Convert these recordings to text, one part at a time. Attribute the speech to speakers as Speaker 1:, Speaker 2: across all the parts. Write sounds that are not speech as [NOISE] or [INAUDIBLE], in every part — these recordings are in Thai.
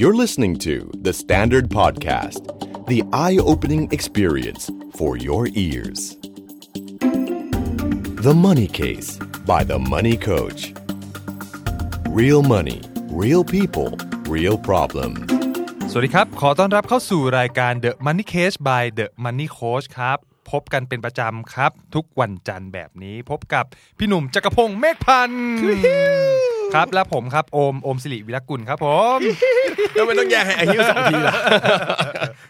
Speaker 1: You're listening to The Standard Podcast, the eye opening experience for your ears. The Money Case by The Money Coach. Real money, real people, real problem.
Speaker 2: สวัสดีครับ ขอต้อนรับเข้าสู่รายการ The Money Case by The Money Coach ครับ พบกันเป็นประจำครับ ทุกวันจันทร์แบบนี้ พบกับพี่หนุ่มจักรพงศ์เมฆพันธ์ครับ และผมครับ โอม โอมสิริวิรักกุลครับผม
Speaker 3: ทำไมต้องแยกให้อายุสองทีล่ะ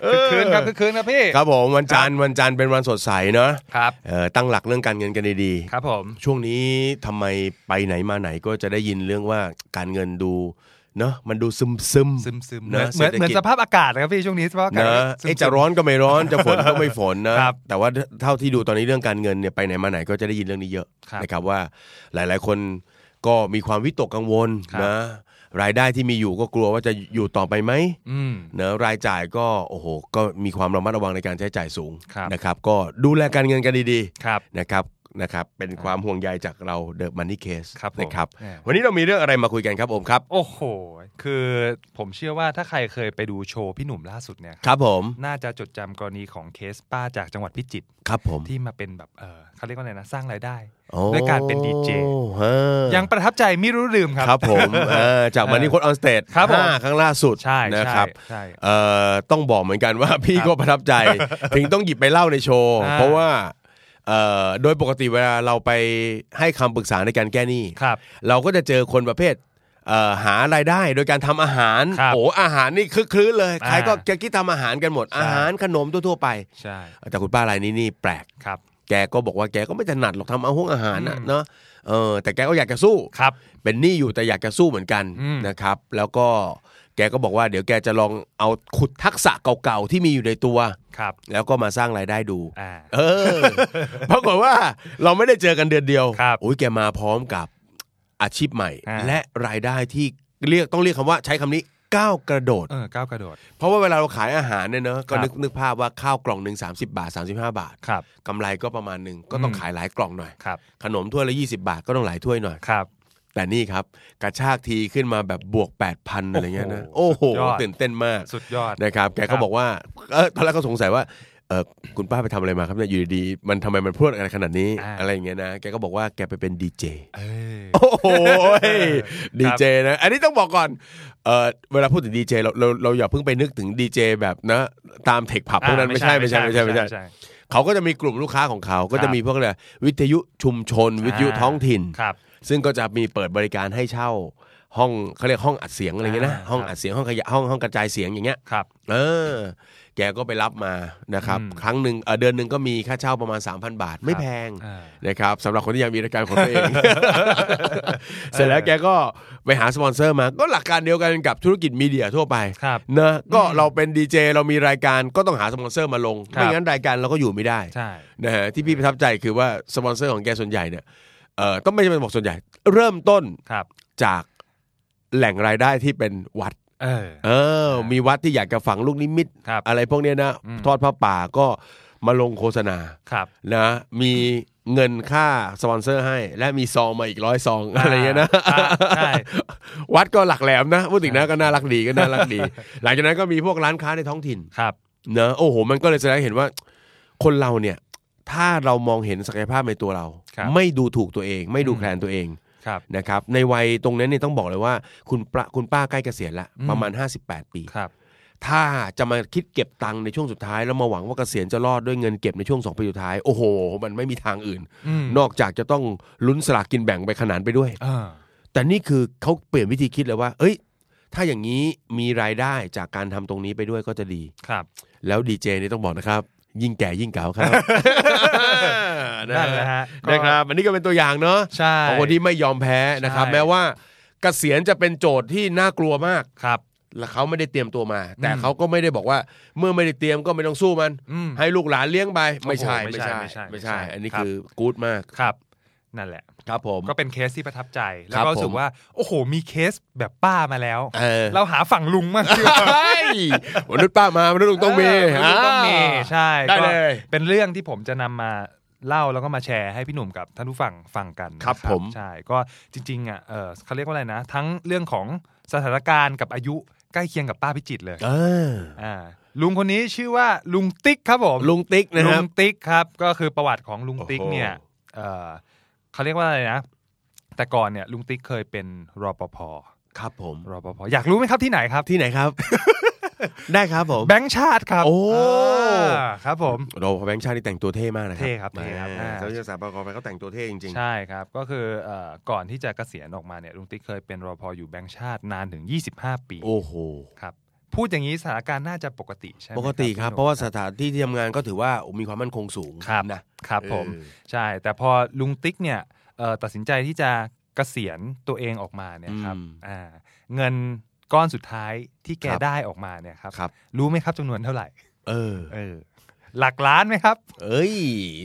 Speaker 2: คึกคืนครับคึกคืนครับพี่
Speaker 3: ครับผมวันจันทร์วันจันทร์เป็นวันสดใสเนอะ
Speaker 2: ครับ
Speaker 3: เอ่อตั้งหลักเรื่องการเงินกันดี
Speaker 2: ครับผม
Speaker 3: ๆช่วงนี้ทำไมไปไหนมาไหนก็จะได้ยินเรื่องว่าการเงินดูเนอะมันดูซึมซึม
Speaker 2: ซึมซึมเห
Speaker 3: เน
Speaker 2: มือ
Speaker 3: อะ
Speaker 2: นเหมือนเหมือน
Speaker 3: ศ
Speaker 2: ส
Speaker 3: รษฐกิจ
Speaker 2: ภาพอากาศนะครับพี่ช่วงนี้สภาพอา
Speaker 3: เน
Speaker 2: กาศ
Speaker 3: อะ
Speaker 2: ซึม
Speaker 3: เอ๊ะ
Speaker 2: ๆ
Speaker 3: จะร้อนก็ไม่ร้อนจะฝนก็ไม่ฝนนะ
Speaker 2: ครับ
Speaker 3: แต่ว่าเท่าที่ดูตอนนี้เรื่องการเงินเนี่ยไปไหนมาไหนก็จะได้ยินเรื่องนี้เยอะ
Speaker 2: ครับ
Speaker 3: นะครับว่าหลายๆคนก็มีความวิตกกังวล
Speaker 2: ครับ
Speaker 3: นะรายได้ที่มีอยู่ก็กลัวว่าจะอยู่ต่อไปไหม
Speaker 2: อืม
Speaker 3: เนอะรายจ่ายก็โอ้โหก็มีความระมัดระวังในการใช้จ่ายสูง
Speaker 2: ครับ
Speaker 3: นะครับ ก็ดูแลการเงินกันดี
Speaker 2: ครับ
Speaker 3: ๆนะครับนะครับเป็นความห่วงใยจากเราเดอะมันนี่เคส
Speaker 2: ครับผม
Speaker 3: นะครับ
Speaker 2: แหม่
Speaker 3: วันนี้เรามีเรื่องอะไรมาคุยกันครับผมครับ
Speaker 2: โอ้โห คือผมเชื่อว่าถ้าใครเคยไปดูโชว์พี่หนุ่มล่าสุดเนี่ย
Speaker 3: ครับผม
Speaker 2: น่าจะจดจำกรณีของเคสป้าจากจังหวัดพิจิตร
Speaker 3: ครับผม
Speaker 2: ที่มาเป็นแบบเออเขาเรียกว่าอะไรนะ สร้างรายได้
Speaker 3: โอ้
Speaker 2: ด้วยการเป็นดีเจ
Speaker 3: ฮะ
Speaker 2: ยังประทับใจไม่รู้ลืมค
Speaker 3: ครั
Speaker 2: รับ
Speaker 3: บ
Speaker 2: [LAUGHS]
Speaker 3: ผมเออจากมันนี่คนออนสเตจ
Speaker 2: ครับผม
Speaker 3: ห้าครั้งล่าสุด
Speaker 2: ใช่
Speaker 3: นะ
Speaker 2: ใช่
Speaker 3: ครับ
Speaker 2: ใช่
Speaker 3: เอ่อต้องบอกเหมือนกันว่าพี่
Speaker 2: ครับ
Speaker 3: ก็ประทับ
Speaker 2: [LAUGHS]
Speaker 3: ใจ ถึงต้องหยิบไปเล่าในโชว์
Speaker 2: อ่า
Speaker 3: เพราะว่าเอ่อโดยปกติเวลาเราไปให้คำปรึกษาในการแก้หนี้
Speaker 2: ครับ
Speaker 3: เราก็จะเจอคนประเภทเอ่อหารายได้โดยการทำอาหาร
Speaker 2: ครับ
Speaker 3: โอ้อาหารนี่คึกคลื้นเลย
Speaker 2: อ่า
Speaker 3: ใครก็จะคิดทำอาหารกันหมด
Speaker 2: ใช่
Speaker 3: อาหารขนมทั่วๆไป
Speaker 2: ใช่
Speaker 3: แต่คุณป้ารายนี้นี่แปลก
Speaker 2: ครับ
Speaker 3: แกก็บอกว่าแกก็ไม่ถนัดหรอกทำเอาห้องอาหารน่ะเนาะเออแต่แกก็อยากจะสู้
Speaker 2: ครับ
Speaker 3: เป็นหนี้อยู่แต่อยากจะสู้เหมือนกัน
Speaker 2: อืม
Speaker 3: นะครับ แล้วก็แกก็บอกว่าเดี๋ยวแกจะลองเอาขุดทักษะเก่าๆที่มีอยู่ในตัว
Speaker 2: ครับ
Speaker 3: แล้วก็มาสร้างรายได้ดู
Speaker 2: อ่า
Speaker 3: เออ ปรากฏว่าเราไม่ได้เจอกันเดือนเดียว
Speaker 2: ครับ
Speaker 3: อุ้ยแกมาพร้อมกับอาชีพใหม่
Speaker 2: อ่า
Speaker 3: และรายได้ที่เรียกต้องเรียกคำว่าใช้คำนี้ก้าวกระโดด
Speaker 2: เออก้าวกระโดด
Speaker 3: เพราะว่าเวลาเราขายอาหารเนี่ยเนอะก็
Speaker 2: ครับ
Speaker 3: นึกนึกภาพว่าข้าวกล่องหนึ่ง30 บาท 35 บาท
Speaker 2: ครับ
Speaker 3: กำไรก็ประมาณหนึ่งก็ต้อง
Speaker 2: อืม
Speaker 3: ขายหลายกล่องหน่อย
Speaker 2: ครับ
Speaker 3: ขนมถ้วยละ 20 บาทก็ต้องหลายถ้วยหน่อย
Speaker 2: ครับ
Speaker 3: แต่นี่ครับ กระชากทีขึ้นมาแบบบวก 8,000 อะไรเงี้ยนะ
Speaker 2: โอ้
Speaker 3: โอ้
Speaker 2: โห
Speaker 3: โห
Speaker 2: สุดยอด
Speaker 3: ตื่นเต้นมาก
Speaker 2: สุดยอด
Speaker 3: นะครับ แก
Speaker 2: ครั
Speaker 3: ก็
Speaker 2: บ
Speaker 3: บอกว่า เออตอนแรกก็สงสัยว่าเออคุณป้าไปทำอะไรมาครับเนี่ยอยู่ดีๆมันทำไมมันพูดอะไรขนาดนี้ อะไรอย่างเงี้ยนะ แกก็บอกว่าแกไปเป็นดีเจ
Speaker 2: เออ
Speaker 3: โอ้โห [LAUGHS] ดีเจนะ อันนี้ต้องบอกก่อนเออเวลาพูดถึงดีเจเราเราเราอย่าเพิ่งไปนึกถึงดีเจแบบนะ ตามเทคผับพวกนั้น
Speaker 2: อ่า
Speaker 3: ไม่ใช่ไม่ใช่ไม่ใช่ไม่ใช่ เขาก็จะมีกลุ่มลูกค้าของเขา ก็จะมีพวกอะไรวิทยุชุมชน วิทยุท้องถิ่น
Speaker 2: ครับ
Speaker 3: ซึ่งก็จะมีเปิดบริการให้เช่า ห้องเขาเรียกห้องอัดเสียงอะไรเงี้ยนะ
Speaker 2: อ่า
Speaker 3: ห้องอัดเสียงห้องขยะห้องห้องกระจายเสียงอย่างเงี้ย
Speaker 2: ครับ
Speaker 3: เออ แกก็ไปรับมานะครับ
Speaker 2: อืม
Speaker 3: ครั้งหนึ่งเอ่อเดือนหนึ่งก็มีค่าเช่าประมาณ 3,000 บาท
Speaker 2: ค
Speaker 3: ไม่
Speaker 2: รับ
Speaker 3: แพง
Speaker 2: อ่า
Speaker 3: นะครับสำหรับคนที่ยังมีรายการของตัวเอง
Speaker 2: [LAUGHS]
Speaker 3: เสร็จแล้วแกก็ไปหาสปอนเซอร์มา ก็หลักการเดียวกันกับธุรกิจมีเดียทั่วไป
Speaker 2: ครับ
Speaker 3: เนอะก็เราเป็นดีเจเรามีรายการก็ต้องหาสปอนเซอร์มาลง
Speaker 2: ครับ
Speaker 3: ไม่งั้นรายการเราก็อยู่ไม่ได้
Speaker 2: ใช่
Speaker 3: นะฮะที่พี่ประทับใจคือว่าสปอนเซอร์ของแกส่วนใหญ่เนี่ยเอ่อต้องไม่ใช่เป็นบอกส่วนใหญ่ เริ่มต้น
Speaker 2: ครับ
Speaker 3: จากแหล่งรายได้ที่เป็นวัด
Speaker 2: เออ
Speaker 3: เออ
Speaker 2: ครับ
Speaker 3: มีวัดที่อยากจะฝังลูกนิมิต
Speaker 2: ครับ
Speaker 3: อะไรพวกเนี้ยนะ
Speaker 2: อืม
Speaker 3: ทอดผ้าป่าก็มาลงโฆษณา
Speaker 2: ครับ
Speaker 3: นะมีเงินค่าสปอนเซอร์ให้ และมีซองมาอีกร้อยซอง
Speaker 2: อ่า
Speaker 3: อะไรเงี้ยนะ
Speaker 2: อ่าใช่
Speaker 3: วัดก็หลักแหลมนะพูดถึงนะ
Speaker 2: ใช่
Speaker 3: ก็น่ารักดีก็น่ารัก
Speaker 2: [LAUGHS]
Speaker 3: ดี หลังจากนั้นก็มีพวกร้านค้าในท้องถิ่น
Speaker 2: ครับ
Speaker 3: เนอะโอ้โห มันก็เลยแสดงให้เห็นว่า คนเราเนี่ย ถ้าเรามองเห็นศักยภาพในตัวเรา
Speaker 2: ครับ
Speaker 3: ไม่ดูถูกตัวเอง ไม่ดู
Speaker 2: อืม
Speaker 3: แคลนตัวเอง
Speaker 2: ครับ
Speaker 3: นะครับ ในวัยตรงนั้นเนี่ยต้องบอกเลยว่า คุณป้าคุณป้าใกล้เกษียณละ
Speaker 2: อืม
Speaker 3: ประมาณ 58 ปี
Speaker 2: ครับ
Speaker 3: ถ้าจะมาคิดเก็บตังค์ในช่วงสุดท้าย แล้วมาหวังว่าเกษียณจะรอดด้วยเงินเก็บในช่วงสองปีสุดท้าย โอ้โห มันไม่มีทางอื่น
Speaker 2: อืม
Speaker 3: นอกจากจะต้องลุ้นสลากกินแบ่งไปขนานไปด้วย
Speaker 2: เออ
Speaker 3: แต่นี่คือเขาเปลี่ยนวิธีคิดเลยว่า เอ้ย ถ้าอย่างนี้มีรายได้จากการทำตรงนี้ไปด้วยก็จะดี
Speaker 2: ครับ
Speaker 3: แล้วดีเจนี่ต้องบอกนะครับ ยิ่งแก่ยิ่งเก๋าครับ
Speaker 2: [LAUGHS] นั่นแหละฮะก็
Speaker 3: นะครับ อันนี้ก็เป็นตัวอย่างเนาะ
Speaker 2: ใช่
Speaker 3: ของคนที่ไม่ยอมแพ้นะครับ
Speaker 2: ใช่
Speaker 3: แม้ว่าเกษียณจะเป็นโจทย์ที่น่ากลัวมาก
Speaker 2: ครับ
Speaker 3: และเขาไม่ได้เตรียมตัวมา แต่
Speaker 2: อืม
Speaker 3: เขาก็ไม่ได้บอกว่า เมื่อไม่ได้เตรียมก็ไม่ต้องสู้มัน
Speaker 2: อืม
Speaker 3: ให้ลูกหลานเลี้ยงไปไม่ใช่
Speaker 2: โอ้โหไม่
Speaker 3: ไม่
Speaker 2: ใช่
Speaker 3: ใช่
Speaker 2: ไม่
Speaker 3: ไม่
Speaker 2: ใช่
Speaker 3: ใช่ อันนี้
Speaker 2: ครับ
Speaker 3: คือกู๊ดมาก
Speaker 2: ครับ นั่นแหละ
Speaker 3: ครับผม
Speaker 2: ก็เป็นเคสที่ประทับใจ แล้ว
Speaker 3: ครับ
Speaker 2: ก็รู้สึ
Speaker 3: ผ
Speaker 2: ก
Speaker 3: ม
Speaker 2: ว่า โอ้โห มีเคสแบบป้ามาแล้ว
Speaker 3: เออ
Speaker 2: เราหาฝั่งลุงมากดีกว่า
Speaker 3: เฮ้ยมนุษย์ป้ามามนุษย์ลุงต้องมี
Speaker 2: เนลุงต้องมี
Speaker 3: อ่า
Speaker 2: ใช่
Speaker 3: ได้
Speaker 2: ก็
Speaker 3: เลย
Speaker 2: เป็นเรื่องที่ผมจะนำมาเล่าแล้วก็มาแชร์ให้พี่หนุ่มกับท่านผู้ฟังฟังกัน
Speaker 3: ครับ
Speaker 2: นะ
Speaker 3: ผม
Speaker 2: ใช่ ก็จริงๆอ่ะเออเขาเรียกว่าอะไรนะ ทั้งเรื่องของสถานการณ์กับอายุ ใกล้เคียงกับป้าพิจิตรเลย
Speaker 3: เออ
Speaker 2: อ่าลุงคนนี้ชื่อว่าลุงติ๊กครับผม
Speaker 3: ลุงติ๊กนะค
Speaker 2: ลุ
Speaker 3: รับ
Speaker 2: งติ๊กครับ ก็คือประวัติของลุงติ๊ก
Speaker 3: โอ้โห
Speaker 2: เนี่ยเอ่อเขาเรียกว่าอะไรนะ แต่ก่อนเนี่ยลุงติ๊กเคยเป็นรปภ
Speaker 3: ครับผม
Speaker 2: รปภอยากรู้ไหมครับที่ไหนครับ
Speaker 3: ที่ไหน
Speaker 2: [LAUGHS]
Speaker 3: ครับ ได้ครับผม
Speaker 2: แบงค์ชาติครับ
Speaker 3: โอ้
Speaker 2: อ่าครับผม
Speaker 3: เราพอแบงค์ชาตินี่แต่งตัวเท่มากนะครั
Speaker 2: เท่ครับเท่ครับ
Speaker 3: อ่า
Speaker 2: อ่า
Speaker 3: เขาจะสาปกรไปเขาแต่งตัวเท่จริง
Speaker 2: ใช่ครับ ก็คือเอ่อก่อนที่จะเกษียณออกมาเนี่ยลุงติ๊กเคยเป็นรปภอยู่แบงค์ชาตินานถึง 25 ปี
Speaker 3: ๆโอ้โห
Speaker 2: ครับพูดอย่างนี้สถานการณ์น่าจะปกติใช่ไหม
Speaker 3: ปกติครับ
Speaker 2: พี่หนุ่ม
Speaker 3: เพราะว่าสถานที่ที่ทำงานก็ถือว่ามีความมั่นคงสูง
Speaker 2: ครับ
Speaker 3: นะ
Speaker 2: ครับผม
Speaker 3: เออ
Speaker 2: ใช่ แต่พอลุงติ๊กเนี่ยเอ่อตัดสินใจที่จะเกษียณตัวเองออกมาเนี่ยครับ
Speaker 3: อืม
Speaker 2: อ่าเงินก้อนสุดท้ายที่แก
Speaker 3: ครับ
Speaker 2: ได้ออกมาเนี่ยครับ
Speaker 3: ครับ
Speaker 2: รู้ไหมครับจำนวนเท่าไหร่
Speaker 3: เออ
Speaker 2: เออหลักล้านไหมครับ
Speaker 3: เอ้ย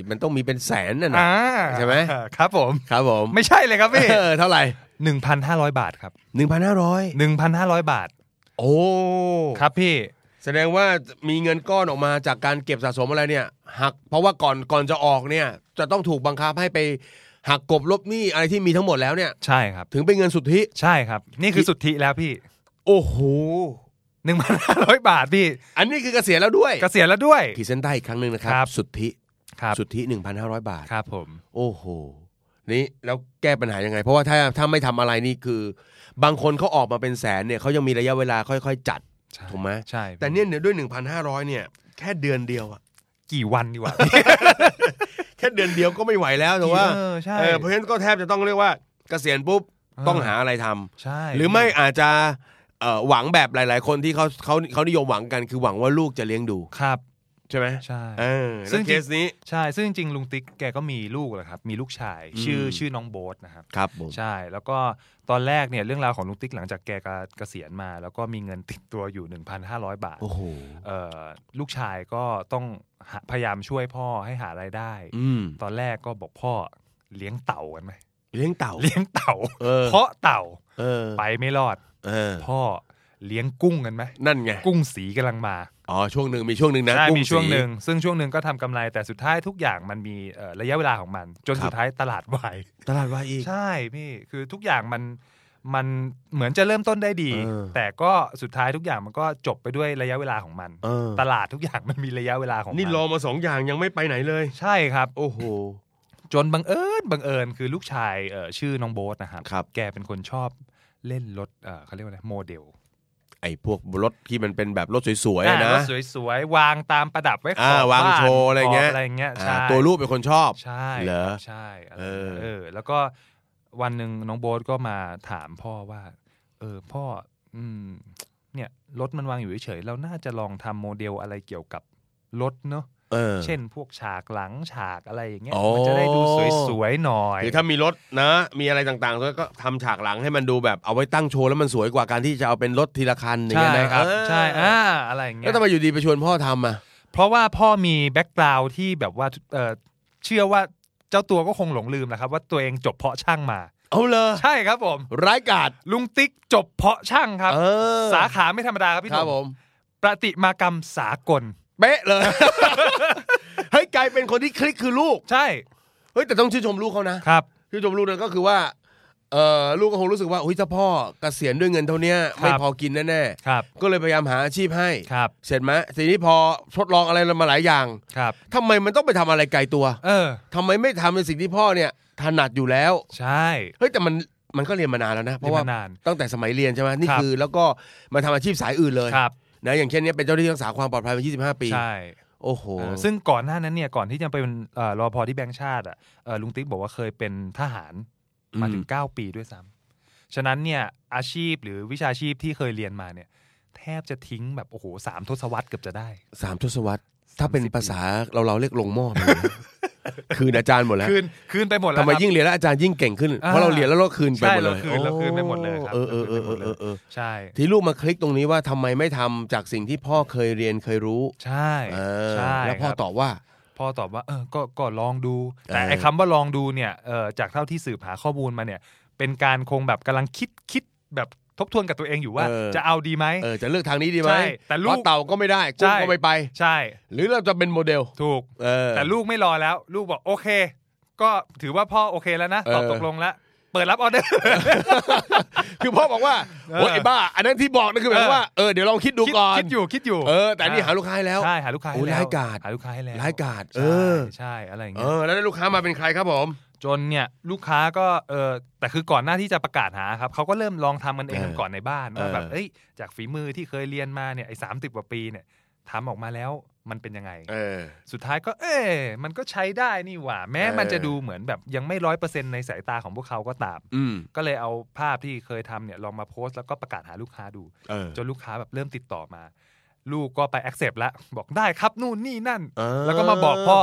Speaker 3: มันต้องมีเป็นแสนน่ะนะ
Speaker 2: อ่า
Speaker 3: ใช่ไหม
Speaker 2: ครับผม
Speaker 3: ครับผม
Speaker 2: ไม่ใช่เลยครับพี่
Speaker 3: เออเท่าไหร่
Speaker 2: หนึ่งพันห้าร้อยบาทครับ
Speaker 3: หนึ่งพันห้าร้อย
Speaker 2: หนึ่งพันห้าร้อยบาท
Speaker 3: โอ้
Speaker 2: ครับพี่
Speaker 3: แสดงว่ามีเงินก้อนออกมาจากการเก็บสะสมอะไรเนี่ย หัก เพราะว่าก่อนก่อนจะออกเนี่ย จะต้องถูกบังคับให้ไปหักกบลบหนี้อะไรที่มีทั้งหมดแล้วเนี่ย
Speaker 2: ใช่ครับ
Speaker 3: ถึงเป็นเงินสุทธิ
Speaker 2: ใช่ครับ นี่คือสุทธิแล้วพี่
Speaker 3: โอ้โห
Speaker 2: หนึ่งพันห้าร้อยบาทพี่
Speaker 3: อันนี้คือเกษียณแล้วด้วย
Speaker 2: เกษียณแล้วด้วย
Speaker 3: ขีดเส้นใต้อีกครั้งหนึ่งนะค
Speaker 2: ครั
Speaker 3: รับ
Speaker 2: บ
Speaker 3: สุทธิ
Speaker 2: ครับ
Speaker 3: สุทธิ1,500 บาท
Speaker 2: ครับผม
Speaker 3: โอ้โห นี่แล้วแก้ปัญหายังไง เพราะว่าถ้าถ้าไม่ทำอะไรนี่คือ บางคนเขาออกมาเป็นแสนเนี่ยเขายังมีระยะเวลาค่อยๆ จัด
Speaker 2: ใช่
Speaker 3: ถูกไหม
Speaker 2: ใช่
Speaker 3: แต่เนี่ยเนี่ยด้วย 1,500เนี่ยแค่เดือนเดียวอะ
Speaker 2: กี่วันดีก
Speaker 3: [LAUGHS]
Speaker 2: ว่า
Speaker 3: แค่เดือนเดียวก็ไม่ไหวแล้วแต่ว่า
Speaker 2: เออใช่
Speaker 3: เออเพราะฉะนั้นก็แทบจะต้องเรียกว่าเกษียณปุ๊บต้องหาอะไรทำ
Speaker 2: ใช่
Speaker 3: หรือไม่อาจจะเอ่อหวังแบบหลาย ๆ คนที่เขาเขาเขานิยมหวังกันคือหวังว่าลูกจะเลี้ยงดู
Speaker 2: ครับ
Speaker 3: ใช่ไหม
Speaker 2: ใช่
Speaker 3: เออ
Speaker 2: ซึ่
Speaker 3: ซึ่ง
Speaker 2: ง
Speaker 3: เคสนี้
Speaker 2: ใช่ ซึ่งจริงๆลุงติ๊กแกก็มีลูกแหละครับ มีลูกชาย
Speaker 3: อืม
Speaker 2: ชื่อชื่อน้องโบ๊ทนะครับ
Speaker 3: ครับผม
Speaker 2: ใช่ แล้วก็ตอนแรกเนี่ยเรื่องราวของลุงติ๊กหลังจากแกกเกษียณมา แล้วก็มีเงินติดตัวอยู่ 1,500 บาท
Speaker 3: โอ้โห
Speaker 2: เอ่อลูกชายก็ต้องหาพยายามช่วยพ่อให้หารายได้
Speaker 3: อืม
Speaker 2: ตอนแรกก็บอกพ่อเลี้ยงเต่ากันไหม
Speaker 3: เลี้ยงเต่า
Speaker 2: เลี้ยงเต่า
Speaker 3: เออ
Speaker 2: เพราะเต่า
Speaker 3: เออ
Speaker 2: ไปไม่รอด
Speaker 3: เออ
Speaker 2: พ่อเลี้ยงกุ้งกันไหม
Speaker 3: นั่นไง
Speaker 2: กุ้งสีกำลังมา
Speaker 3: อ๋อ ช่วงหนึ่งมีช่วงหนึ่งนะ
Speaker 2: ใช่
Speaker 3: กุ้
Speaker 2: มีช่วงหนึ่ง
Speaker 3: สี
Speaker 2: ซึ่งช่วงหนึ่งก็ทำกำไรแต่สุดท้ายทุกอย่างมันมีเอ่อระยะเวลาของมัน จน
Speaker 3: ครับ
Speaker 2: สุดท้ายตลาดวาย
Speaker 3: ตลาดวายอีก
Speaker 2: ใช่พี่คือทุกอย่างมันมันเหมือนจะเริ่มต้นได้ดี
Speaker 3: เออ
Speaker 2: แต่ก็สุดท้ายทุกอย่างมันก็จบไปด้วยระยะเวลาของมัน
Speaker 3: เออ
Speaker 2: ตลาดทุกอย่างมันมีระยะเวลาของมั
Speaker 3: นี่รอมาสองอย่างยังไม่ไปไหนเลย
Speaker 2: ใช่ครับ
Speaker 3: โอ้โห
Speaker 2: จนบังเอิญบังเอิญคือลูกชายเอ่อชื่อน้องโบ๊ทนะครับ
Speaker 3: ครับ
Speaker 2: แกเป็นคนชอบเล่นรถเอ่อเขาเรียกว่าอะไรโมเดล
Speaker 3: ไอ้พวกรถที่มันเป็นแบบรถสวยๆ
Speaker 2: อ่า
Speaker 3: อะนะ
Speaker 2: รถสวยๆ วางตามประดับไว้ขอ
Speaker 3: อ่า
Speaker 2: บ
Speaker 3: วาง
Speaker 2: บ้น
Speaker 3: โชว์อะไรเงี้
Speaker 2: ข
Speaker 3: ย
Speaker 2: บอะไรเงี้ย
Speaker 3: อ่า
Speaker 2: ใช่
Speaker 3: ตัวรูปเป็นคนชอบ
Speaker 2: ใช่
Speaker 3: เหรอ
Speaker 2: ใช่อะไร
Speaker 3: เออ
Speaker 2: เออ แล้วก็วันหนึ่งน้องโบ๊ทก็มาถามพ่อว่า เออพ่ออืมเนี่ยรถมันวางอยู่เฉยๆเราน่าจะลองทำโมเดลอะไรเกี่ยวกับรถเนอะ
Speaker 3: เออ
Speaker 2: เช่นพวกฉากหลังฉากอะไรอย่างเงี้ย
Speaker 3: อ๋อ
Speaker 2: มันจะได้ดูสวยๆหน่อย
Speaker 3: หรือถ้ามีรถนะ มีอะไรต่างๆแล้วก็ทำฉากหลังให้มันดูแบบเอาไว้ตั้งโชว์แล้วมันสวยกว่าการที่จะเอาเป็นรถทีละคันอย่าง
Speaker 2: ใช่
Speaker 3: เงี้ยนะครับ เออ
Speaker 2: ใช่อ่าอะไรอย่างเงี้
Speaker 3: แล้
Speaker 2: ย
Speaker 3: วทำไมอยู่ดีไปชวนพ่อทำอ่ะ
Speaker 2: เพราะว่าพ่อมีแบ็กกราวด์ที่แบบว่าเอ่อเชื่อว่าเจ้าตัวก็คงหลงลืมแหละครับ ว่าตัวเองจบเพาะช่างมา
Speaker 3: [LAUGHS] เอาเลย
Speaker 2: ใช่ครับผม
Speaker 3: ร้ายกาจ
Speaker 2: ลุงติ๊กจบเพาะช่างครับ
Speaker 3: เออ
Speaker 2: สาขาไม่ธรรมดาครับพี่
Speaker 3: ค
Speaker 2: ห
Speaker 3: รับผ
Speaker 2: นุ่ม
Speaker 3: ม
Speaker 2: ประติมากรรมสากล
Speaker 3: เป๊ะเลย [LAUGHS] เฮ้ยกลายเป็นคนที่คลิกคือลูก
Speaker 2: ใช่
Speaker 3: เฮ้ยแต่ต้องชื่นชมลูกเขานะ
Speaker 2: ครับ
Speaker 3: ชื่นชมลูกนะก็คือว่า เออลูกก็คงรู้สึกว่าอุ้ยถ้าพ่อเกษียณด้วยเงินเท่าเนี้ย
Speaker 2: ครับ
Speaker 3: ไม่พอกินแน่
Speaker 2: ครับ
Speaker 3: ๆ ก็เลยพยายามหาอาชีพให้
Speaker 2: ครับ
Speaker 3: เสร็จไหมทีนี้พอทดลองอะไรมาหลายอย่าง
Speaker 2: ครับ
Speaker 3: ทำไมมันต้องไปทำอะไรไกลตัว
Speaker 2: เออ
Speaker 3: ทำไมไม่ทำในสิ่งที่พ่อเนี่ยถนัดอยู่แล้ว
Speaker 2: ใช่
Speaker 3: เฮ้ยแต่มันมันก็เรียนมานานแล้วนะ เพ
Speaker 2: เรียน
Speaker 3: ราะว่าาน
Speaker 2: มาาน
Speaker 3: ตั้งแต่สมัยเรียนใช่ไหมนี่
Speaker 2: ครับ
Speaker 3: คือแล้วก็มาทำอาชีพสายอื่นเลย
Speaker 2: ครับ
Speaker 3: นะอย่างเช่นเนี้ยเป็นเจ้าหน้าที่รักษาความปลอดภัยมา25 ปี
Speaker 2: ใช่
Speaker 3: โอ้โห
Speaker 2: เออซึ่งก่อนหน้านั้นเนี่ยก่อนที่จะไปเป็นเอ่อรอพอที่แบงค์ชาติอ่ะเอ่อลุงติ๊กบอกว่าเคยเป็นทหาร มาถึง 9 ปีด้วยซ้ำ ฉะนั้นเนี่ยอาชีพหรือวิชาชีพที่เคยเรียนมาเนี่ย แทบจะทิ้งแบบโอ้โหสามทศวรรษเกือบจะได้
Speaker 3: สามทศวรรษถ้าเป็น
Speaker 2: สามสิบ
Speaker 3: ภาษาเราเราเรียกลงหม้อไป
Speaker 2: [LAUGHS]
Speaker 3: เลยนะ คืนอาจารย์หมดแล้ว
Speaker 2: คืนคืนไปหมดแล้วครั
Speaker 3: ทำ
Speaker 2: บ
Speaker 3: ไมยิ่งเรียนแล้วอาจารย์ยิ่งเก่งขึ้น
Speaker 2: อ่า
Speaker 3: เพราะเราเรียนแล้วเราคืนไปหมดเลย
Speaker 2: ใช่เราคืนเราคืนไปหมดเลยครับ
Speaker 3: เออเออเออเออเออเออ
Speaker 2: ใช่
Speaker 3: ที่ลูกมาคลิกตรงนี้ว่าทำไมไม่ทำจากสิ่งที่พ่อเคยเรียนเคยรู้
Speaker 2: ใช่
Speaker 3: เออ
Speaker 2: ใช่
Speaker 3: แล้วพ่อ
Speaker 2: ครับ
Speaker 3: ตอบว่า
Speaker 2: พ่อตอบว่าเออก็ก็ลองดู แต่
Speaker 3: เออ
Speaker 2: ไอ้คำว่าลองดูเนี่ยเออจากเท่าที่สืบหาข้อมูลมาเนี่ย เป็นการคงแบบกำลังคิดคิดแบบทบทวนกับตัวเองอยู่ว่า จะเอาดีไหม
Speaker 3: เออจะเลือกทางนี้ดีไหม
Speaker 2: ใช่แต่ลูก
Speaker 3: เพราะเต่าก็ไม่ได้กุ้
Speaker 2: ใช่
Speaker 3: งก็ไม่ไป
Speaker 2: ใช่
Speaker 3: หรือเราจะเป็นโมเดล
Speaker 2: ถูก
Speaker 3: เออ
Speaker 2: แต่ลูกไม่รอแล้ว ลูกบอกโอเค ก็ถือว่าพ่อโอเคแล้วนะตอบ
Speaker 3: เออ
Speaker 2: ตกลงแล้ว เปิดรับออเดอร์
Speaker 3: คือพ่อบอกว่า
Speaker 2: เออ
Speaker 3: โอ้ยไอ้บ้า อันนั้นที่บอกนั่นคือหมายความว่าเออเดี๋ยวลอง [LAUGHS] คิดดู
Speaker 2: คิด
Speaker 3: ก่อน
Speaker 2: คิดอยู่คิดอยู่
Speaker 3: เออ แต่นี่หาลูกค้าให้แล้ว
Speaker 2: ใช่หาลูกค้าให้
Speaker 3: โอ้ย
Speaker 2: แล้ว
Speaker 3: ร้ายกาจ
Speaker 2: หาลูกค้าให้แล้ว
Speaker 3: ร้ายกาจ
Speaker 2: ใช่
Speaker 3: เออ
Speaker 2: ใช่อะไรอย่าง
Speaker 3: เอ
Speaker 2: เงี้ย
Speaker 3: อแล้วได้ลูกค้ามาเป็นใครครับผม
Speaker 2: จนเนี่ยลูกค้าก็เออแต่คือก่อนหน้าที่จะประกาศหาครับเขาก็เริ่มลองทำกันเอง
Speaker 3: เออ
Speaker 2: กันก่อนในบ้านว่า
Speaker 3: เออ
Speaker 2: แบบเอ้ยจากฝีมือที่เคยเรียนมาเนี่ยไอ้สามสิบกว่าปีเนี่ยทำออกมาแล้วมันเป็นยังไง
Speaker 3: เออ
Speaker 2: สุดท้ายก็เอ๊ะมันก็ใช้ได้นี่หว่า แม้
Speaker 3: เออ
Speaker 2: มันจะดูเหมือนแบบยังไม่ร้อยเปอร์เซ็นในสายตาของพวกเขาก็ตาม
Speaker 3: อืม
Speaker 2: ก็เลยเอาภาพที่เคยทำเนี่ยลองมาโพสต์แล้วก็ประกาศหาลูกค้าดู
Speaker 3: เออ
Speaker 2: จนลูกค้าแบบเริ่มติดต่อมา ลูกก็ไป accept ละบอกได้ครับนู่นนี่นั่น
Speaker 3: เออ
Speaker 2: แล้วก็มาบอกพ่อ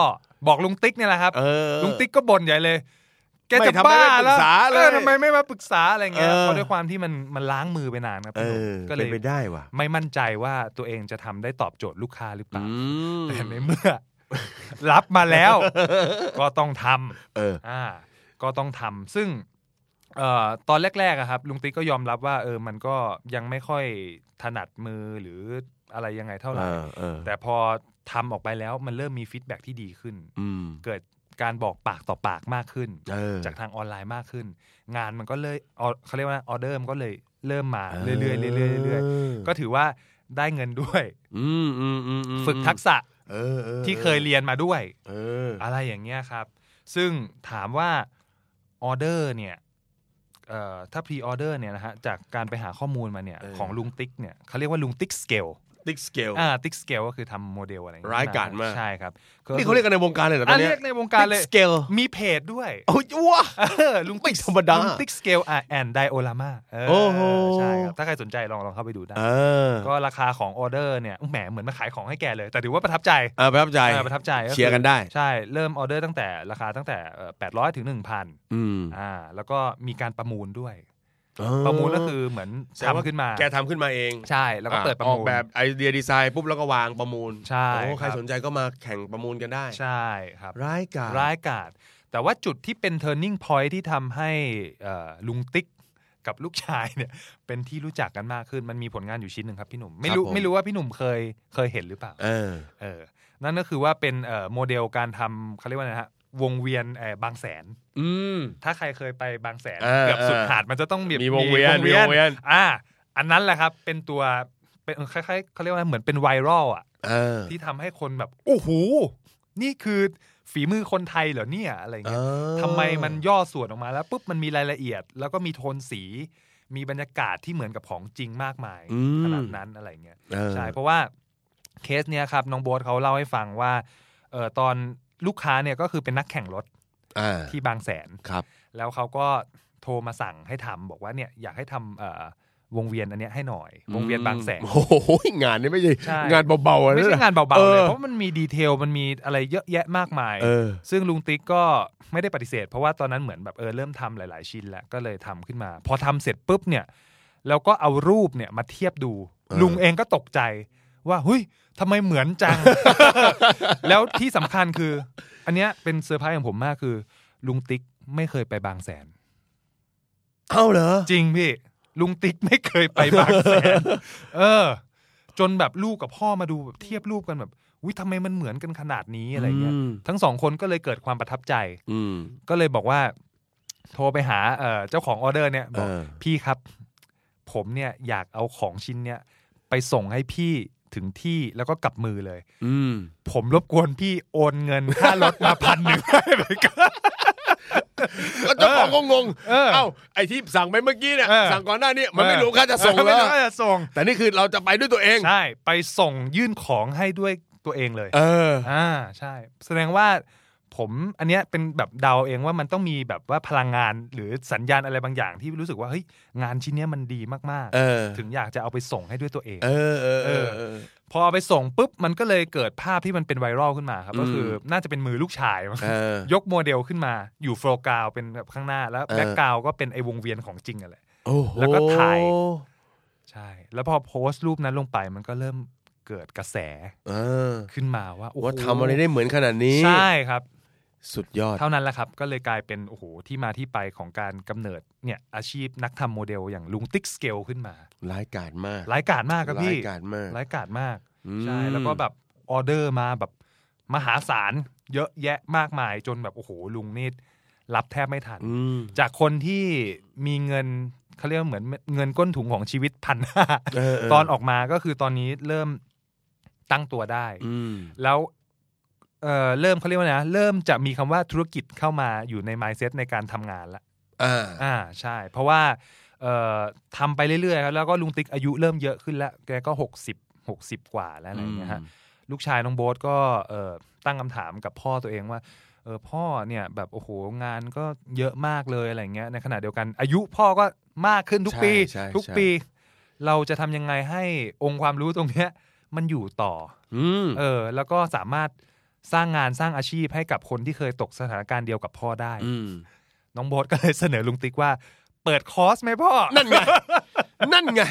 Speaker 2: บอกลุงติ๊กเนี่ยแหละครับ
Speaker 3: เออ
Speaker 2: ลุงติ๊กก็บ่นใหญ่เลย แก
Speaker 3: ไม่
Speaker 2: จะ
Speaker 3: ทำไม
Speaker 2: บ้า
Speaker 3: ไม่ป
Speaker 2: แล้
Speaker 3: รึก
Speaker 2: ว
Speaker 3: ษา
Speaker 2: เอ
Speaker 3: เลย
Speaker 2: อทำไมไม่มาปรึกษาอะไรเงี้ย
Speaker 3: เออ
Speaker 2: เพราะด้วยความที่มันมันล้างมือไปนานครับ
Speaker 3: เอ
Speaker 2: พี่หนุ่
Speaker 3: อ
Speaker 2: มก็เลย
Speaker 3: ป็นไปได้ว่ะ
Speaker 2: ไม่มั่นใจว่าตัวเองจะทำได้ตอบโจทย์ลูกค้าหรือเป
Speaker 3: อื
Speaker 2: ล่า
Speaker 3: ม
Speaker 2: แต่ในเมื่อ [LAUGHS] รับมาแล้ว ก็ต้องทำ
Speaker 3: เออ
Speaker 2: อ่า ก็ต้องทำซึ่งเอ่อตอนแรกๆอะครับ ลุงติ๊กก็ยอมรับว่า เออมันก็ยังไม่ค่อยถนัดมือหรืออะไรยังไงเท่าไห
Speaker 3: เอ
Speaker 2: ร่
Speaker 3: อเออ
Speaker 2: แต่พอทำออกไปแล้วมันเริ่มมีฟีดแบ็กที่ดีขึ้น
Speaker 3: อืม
Speaker 2: เกิดการบอกปากต่อปากมากขึ้น
Speaker 3: เออ
Speaker 2: จากทางออนไลน์มากขึ้น งานมันก็เลยออเขาเรียกว่าออเดอร์มันก็เลยเริ่มมาเรื่อยๆเรื่อยๆเรื่อยๆเรื่อยๆก็ถือว่าได้เงินด้วย
Speaker 3: อืมอืมอืมอืม
Speaker 2: ฝึกทักษะ
Speaker 3: เออออ
Speaker 2: ที่เคยเรียนมาด้วย
Speaker 3: เออ
Speaker 2: อะไรอย่างเงี้ยครับ ซึ่งถามว่าออเดอร์เนี่ยเอ่อถ้าพรีออเดอร์เนี่ยนะฮะ จากการไปหาข้อมูลมาเนี่ย ของลุงติ๊กเนี่ยเขาเรียกว่าลุงติ๊กสเกล
Speaker 3: ติ๊กสเกล
Speaker 2: อ่าติ๊กสเกลก็คือทำโมเดลอะไรองเงี้
Speaker 3: ร้ายกาจมาก
Speaker 2: ใช่ครับ
Speaker 3: นี่เขาเรียกกันในวงการเลยเหรอต
Speaker 2: อ่ะ
Speaker 3: อนเนี้
Speaker 2: เรียกในวงการเลย
Speaker 3: สเกล
Speaker 2: มีเพจด้วย
Speaker 3: โอ้ยว้า
Speaker 2: เออลุงติ๊ก
Speaker 3: ไม่ธรรมดา
Speaker 2: ลุงติ๊กสเกลอ่ะแอนไดโอลามา
Speaker 3: โอ้โห
Speaker 2: ใช่ครับ ถ้าใครสนใจลองลองเข้าไปดูได้
Speaker 3: เออ
Speaker 2: ก็ราคาของออเดอร์เนี่ยแหมเหมือนมาขายของให้แกเลย แต่ถือว่าประทับใจ
Speaker 3: เออประทับใจ
Speaker 2: เออประทับใจคือ
Speaker 3: เชียร์กันได้
Speaker 2: ใช่ เริ่มออเดอร์ตั้งแต่ราคาตั้งแต่แปดร้อยถึงหนึ่งพัน
Speaker 3: อืม
Speaker 2: อ่า แล้วก็มีการประมูลด้วย
Speaker 3: เออ
Speaker 2: ประมูลก็คือเหมือน
Speaker 3: แสดงว่
Speaker 2: ทำขึ้นมา
Speaker 3: แกทำขึ้นมาเอง
Speaker 2: ใช่แล้วก็เปิดประ
Speaker 3: ออก
Speaker 2: มูล
Speaker 3: แบบไอเดียดีไซน์ปุ๊บแล้วก็วางประมูล
Speaker 2: ใช่
Speaker 3: โอ้ใคร
Speaker 2: ครับ
Speaker 3: สนใจก็มาแข่งประมูลกันได้
Speaker 2: ใช่ครับ
Speaker 3: ร้ายกาจ
Speaker 2: ร้ายกาจแต่ว่าจุดที่เป็น turning point ที่ทำให้เอ่อลุงติ๊กกับลูกชายเนี่ย [LAUGHS] เป็นที่รู้จักกันมากขึ้นมันมีผลงานอยู่ชิ้นหนึ่งครับพี่หนุ่มไม่รู้
Speaker 3: ครับผม
Speaker 2: ไม่รู้ว่าพี่หนุ่มเคยเคยเห็นหรือเปล่า
Speaker 3: เออ
Speaker 2: เออ นั่นก็คือว่าเป็นเอ่อโมเดลการทำเขาเรียกว่าไงนะฮะวงเวียนเอ่อบางแสน
Speaker 3: อืม
Speaker 2: ถ้าใครเคยไปบางแสน
Speaker 3: เออ
Speaker 2: เกือบสุด
Speaker 3: เออ
Speaker 2: หาดมันจะต้องแบบ
Speaker 3: มีวงเวียนมีวงเวียน
Speaker 2: อ่า อันนั้นแหละครับ เป็นตัวเป็นคล้ายๆเขาเรียกว่าเหมือนเป็นไวรัลอ่ะ
Speaker 3: เออ
Speaker 2: ที่ทำให้คนแบบโอ้โหนี่คือฝีมือคนไทยเหรอเนี่ยอะไร
Speaker 3: เอ
Speaker 2: เงี้ย
Speaker 3: อ
Speaker 2: ทำไมมันย่อส่วนออกมาแล้วปุ๊บมันมีรายละเอียด แล้วก็มีโทนสี มีบรรยากาศที่เหมือนกับของจริงมากมายขนาดนั้นอะไรเงี้ย
Speaker 3: เออ
Speaker 2: ใช่ เพราะว่าเคสเนี้ยครับน้องโบ๊ทเขาเล่าให้ฟังว่าเออตอนลูกค้าเนี่ยก็คือเป็นนักแข่งรถ
Speaker 3: อ่า
Speaker 2: ที่บางแสน
Speaker 3: ครับ
Speaker 2: แล้วเขาก็โทรมาสั่งให้ทำบอกว่าเนี่ยอยากให้ทำเอ่อวงเวียนอันเนี้ยให้หน่อย วงเวียนบางแสน
Speaker 3: โอ้โหงานนี้ไม่ใช่
Speaker 2: ใช่
Speaker 3: งานเบาๆอะ
Speaker 2: ไม่
Speaker 3: นั่
Speaker 2: ใช่
Speaker 3: นน่ะ
Speaker 2: งานเบาๆเลย
Speaker 3: ออ
Speaker 2: เพราะมันมีดีเทลมันมีอะไรเยอะแยะมากมาย
Speaker 3: เออ
Speaker 2: ซึ่งลุงติ๊กก็ไม่ได้ปฏิเสธ เพราะว่าตอนนั้นเหมือนแบบเออเริ่มทำหลาย ๆ ชิ้นแล้วก็เลยทำขึ้นมา พอทำเสร็จปุ๊บเนี่ยแล้วก็เอารูปเนี่ยมาเทียบดู
Speaker 3: เออ
Speaker 2: ลุงเองก็ตกใจว่าเฮ้ยทำไมเหมือนจัง [LAUGHS] แล้วที่สำคัญคือ อันเนี้ยเป็นเซอร์ไพรส์ของผมมากคือ ลุงติ๊กไม่เคยไปบางแสน
Speaker 3: เอ้าเหรอ
Speaker 2: จริงพี่ ลุงติ๊กไม่เคยไปบางแสน เออ จนแบบลูกกับพ่อมาดูแบบเทียบรูปกันแบบวิทำไมมันเหมือนกันขนาดนี้อะไรเงี้ย
Speaker 3: อืม
Speaker 2: ทั้งสองคนก็เลยเกิดความประทับใจ
Speaker 3: อืม
Speaker 2: ก็เลยบอกว่า โทรไปหาเอ่อเจ้าของออเดอร์เนี่ยบอก
Speaker 3: เออ
Speaker 2: พี่ครับ ผมเนี่ยอยากเอาของชิ้นเนี่ยไปส่งให้พี่ถึงที่แล้วก็กลับมือเลย
Speaker 3: อืม
Speaker 2: ผมรบกวนพี่โอนเงินค่ารถมาพันหนึ่งให้ไปก่อน
Speaker 3: ก็เจ้าของก็งง
Speaker 2: เออ
Speaker 3: เอ้าไอ้ที่สั่งไปเมื่อกี้เนี่ย
Speaker 2: เออ
Speaker 3: สั่งก่อนหน้านี้ [LAUGHS] มันไม่รู้ค่าจะส่ง
Speaker 2: ไม่
Speaker 3: แล้ว
Speaker 2: รู้ค่าจะส่ง
Speaker 3: แต่นี่คือเราจะไปด้วยตัวเอง
Speaker 2: ใช่ ไปส่งยื่นของให้ด้วยตัวเองเลย
Speaker 3: เออ
Speaker 2: อ่าใช่ แสดงว่าผมอันเนี้ยเป็นแบบเดาเองว่ามันต้องมีแบบว่าพลังงานหรือสัญญาณอะไรบางอย่างที่รู้สึกว่าเฮ้ยงานชิ้นเนี้ยมันดีมาก
Speaker 3: เออ
Speaker 2: ๆ ถึงอยากจะเอาไปส่งให้ด้วยตัวเอง
Speaker 3: เออเออเออเออ
Speaker 2: พอเอาไปส่งปุ๊บมันก็เลยเกิดภาพที่มันเป็นไวรัลขึ้นมาครับ ก็คือ
Speaker 3: อืม
Speaker 2: น่าจะเป็นมือลูกชายมั้ง
Speaker 3: เออ
Speaker 2: ยกโมเดลขึ้นมาอยู่โฟล์กราวด์เป็นแบบข้างหน้าแล้ว
Speaker 3: เออ
Speaker 2: แบ็กกราวด์ก็เป็นไอ้วงเวียนของจริงอะแหละ
Speaker 3: โอ้โห
Speaker 2: แล้วก็ถ่าย ใช่ แล้วพอโพสต์รูปนั้นลงไปมันก็เริ่มเกิดกระแส
Speaker 3: เออ
Speaker 2: ขึ้นมาว่าโอ้โห
Speaker 3: ว่าทำอะไรได้เหมือนขนาดนี้
Speaker 2: ใช่ครับ
Speaker 3: สุดยอด
Speaker 2: เท่านั้นแหละครับ ก็เลยกลายเป็นโอ้โหที่มาที่ไปของการกำเนิดเนี่ยอาชีพนักทำโมเดลอย่างลุงติ๊กสเกลขึ้นมา
Speaker 3: ร้ายกาจมาก
Speaker 2: ร้ายกาจมากครับพี่
Speaker 3: กาจมาก
Speaker 2: ร้ายกาจมาก
Speaker 3: อืม
Speaker 2: ใช่แล้วก็แบบออเดอร์มาแบบมหาศาลเยอะแยะมากมายจนแบบโอ้โหลุงนี่ รับแทบไม่ทัน
Speaker 3: อืม
Speaker 2: จากคนที่มีเงินเขาเรียกว่าเหมือนเงินก้นถุงของชีวิตพันห้า
Speaker 3: เเ
Speaker 2: ตอนออกมาก็คือตอนนี้เริ่มตั้งตัวได้
Speaker 3: อืม
Speaker 2: แล้วเอ่อเริ่มเขาเรียกว่านะ เริ่มจะมีคำว่าธุรกิจเข้ามาอยู่ใน mindset ในการทำงานละ
Speaker 3: อ่า
Speaker 2: อ่าใช่ เพราะว่าเอ่อทำไปเรื่อยๆครับแล้วก็ลุงติ๊กอายุเริ่มเยอะขึ้นแล้ว แกก็ 60 60 กว่าแล้วอะไรอย่างเงี้ยฮะ ลูกชายน้องโบ๊ทก็เอ่อตั้งคำถามกับพ่อตัวเองว่าเออพ่อเนี่ยแบบโอ้โหงานก็เยอะมากเลยอะไรเงี้ยในขณะเดียวกัน อายุพ่อก็มากขึ้นทุกปี
Speaker 3: ใช่ใช่
Speaker 2: ทุก
Speaker 3: ใช่
Speaker 2: ปี เราจะทำยังไงให้องค์ความรู้ตรงเนี้ยมันอยู่ต่อ
Speaker 3: อืม
Speaker 2: อเออแล้วก็สามารถสร้างงานสร้างอาชีพให้กับคนที่เคยตกสถานการณ์เดียวกับพ่อได้
Speaker 3: อืม
Speaker 2: น้องโบ๊ทก็เลยเสนอลุงติ๊กว่า เปิดคอร์สไหมพ่อ
Speaker 3: นั่นไง นั่นไง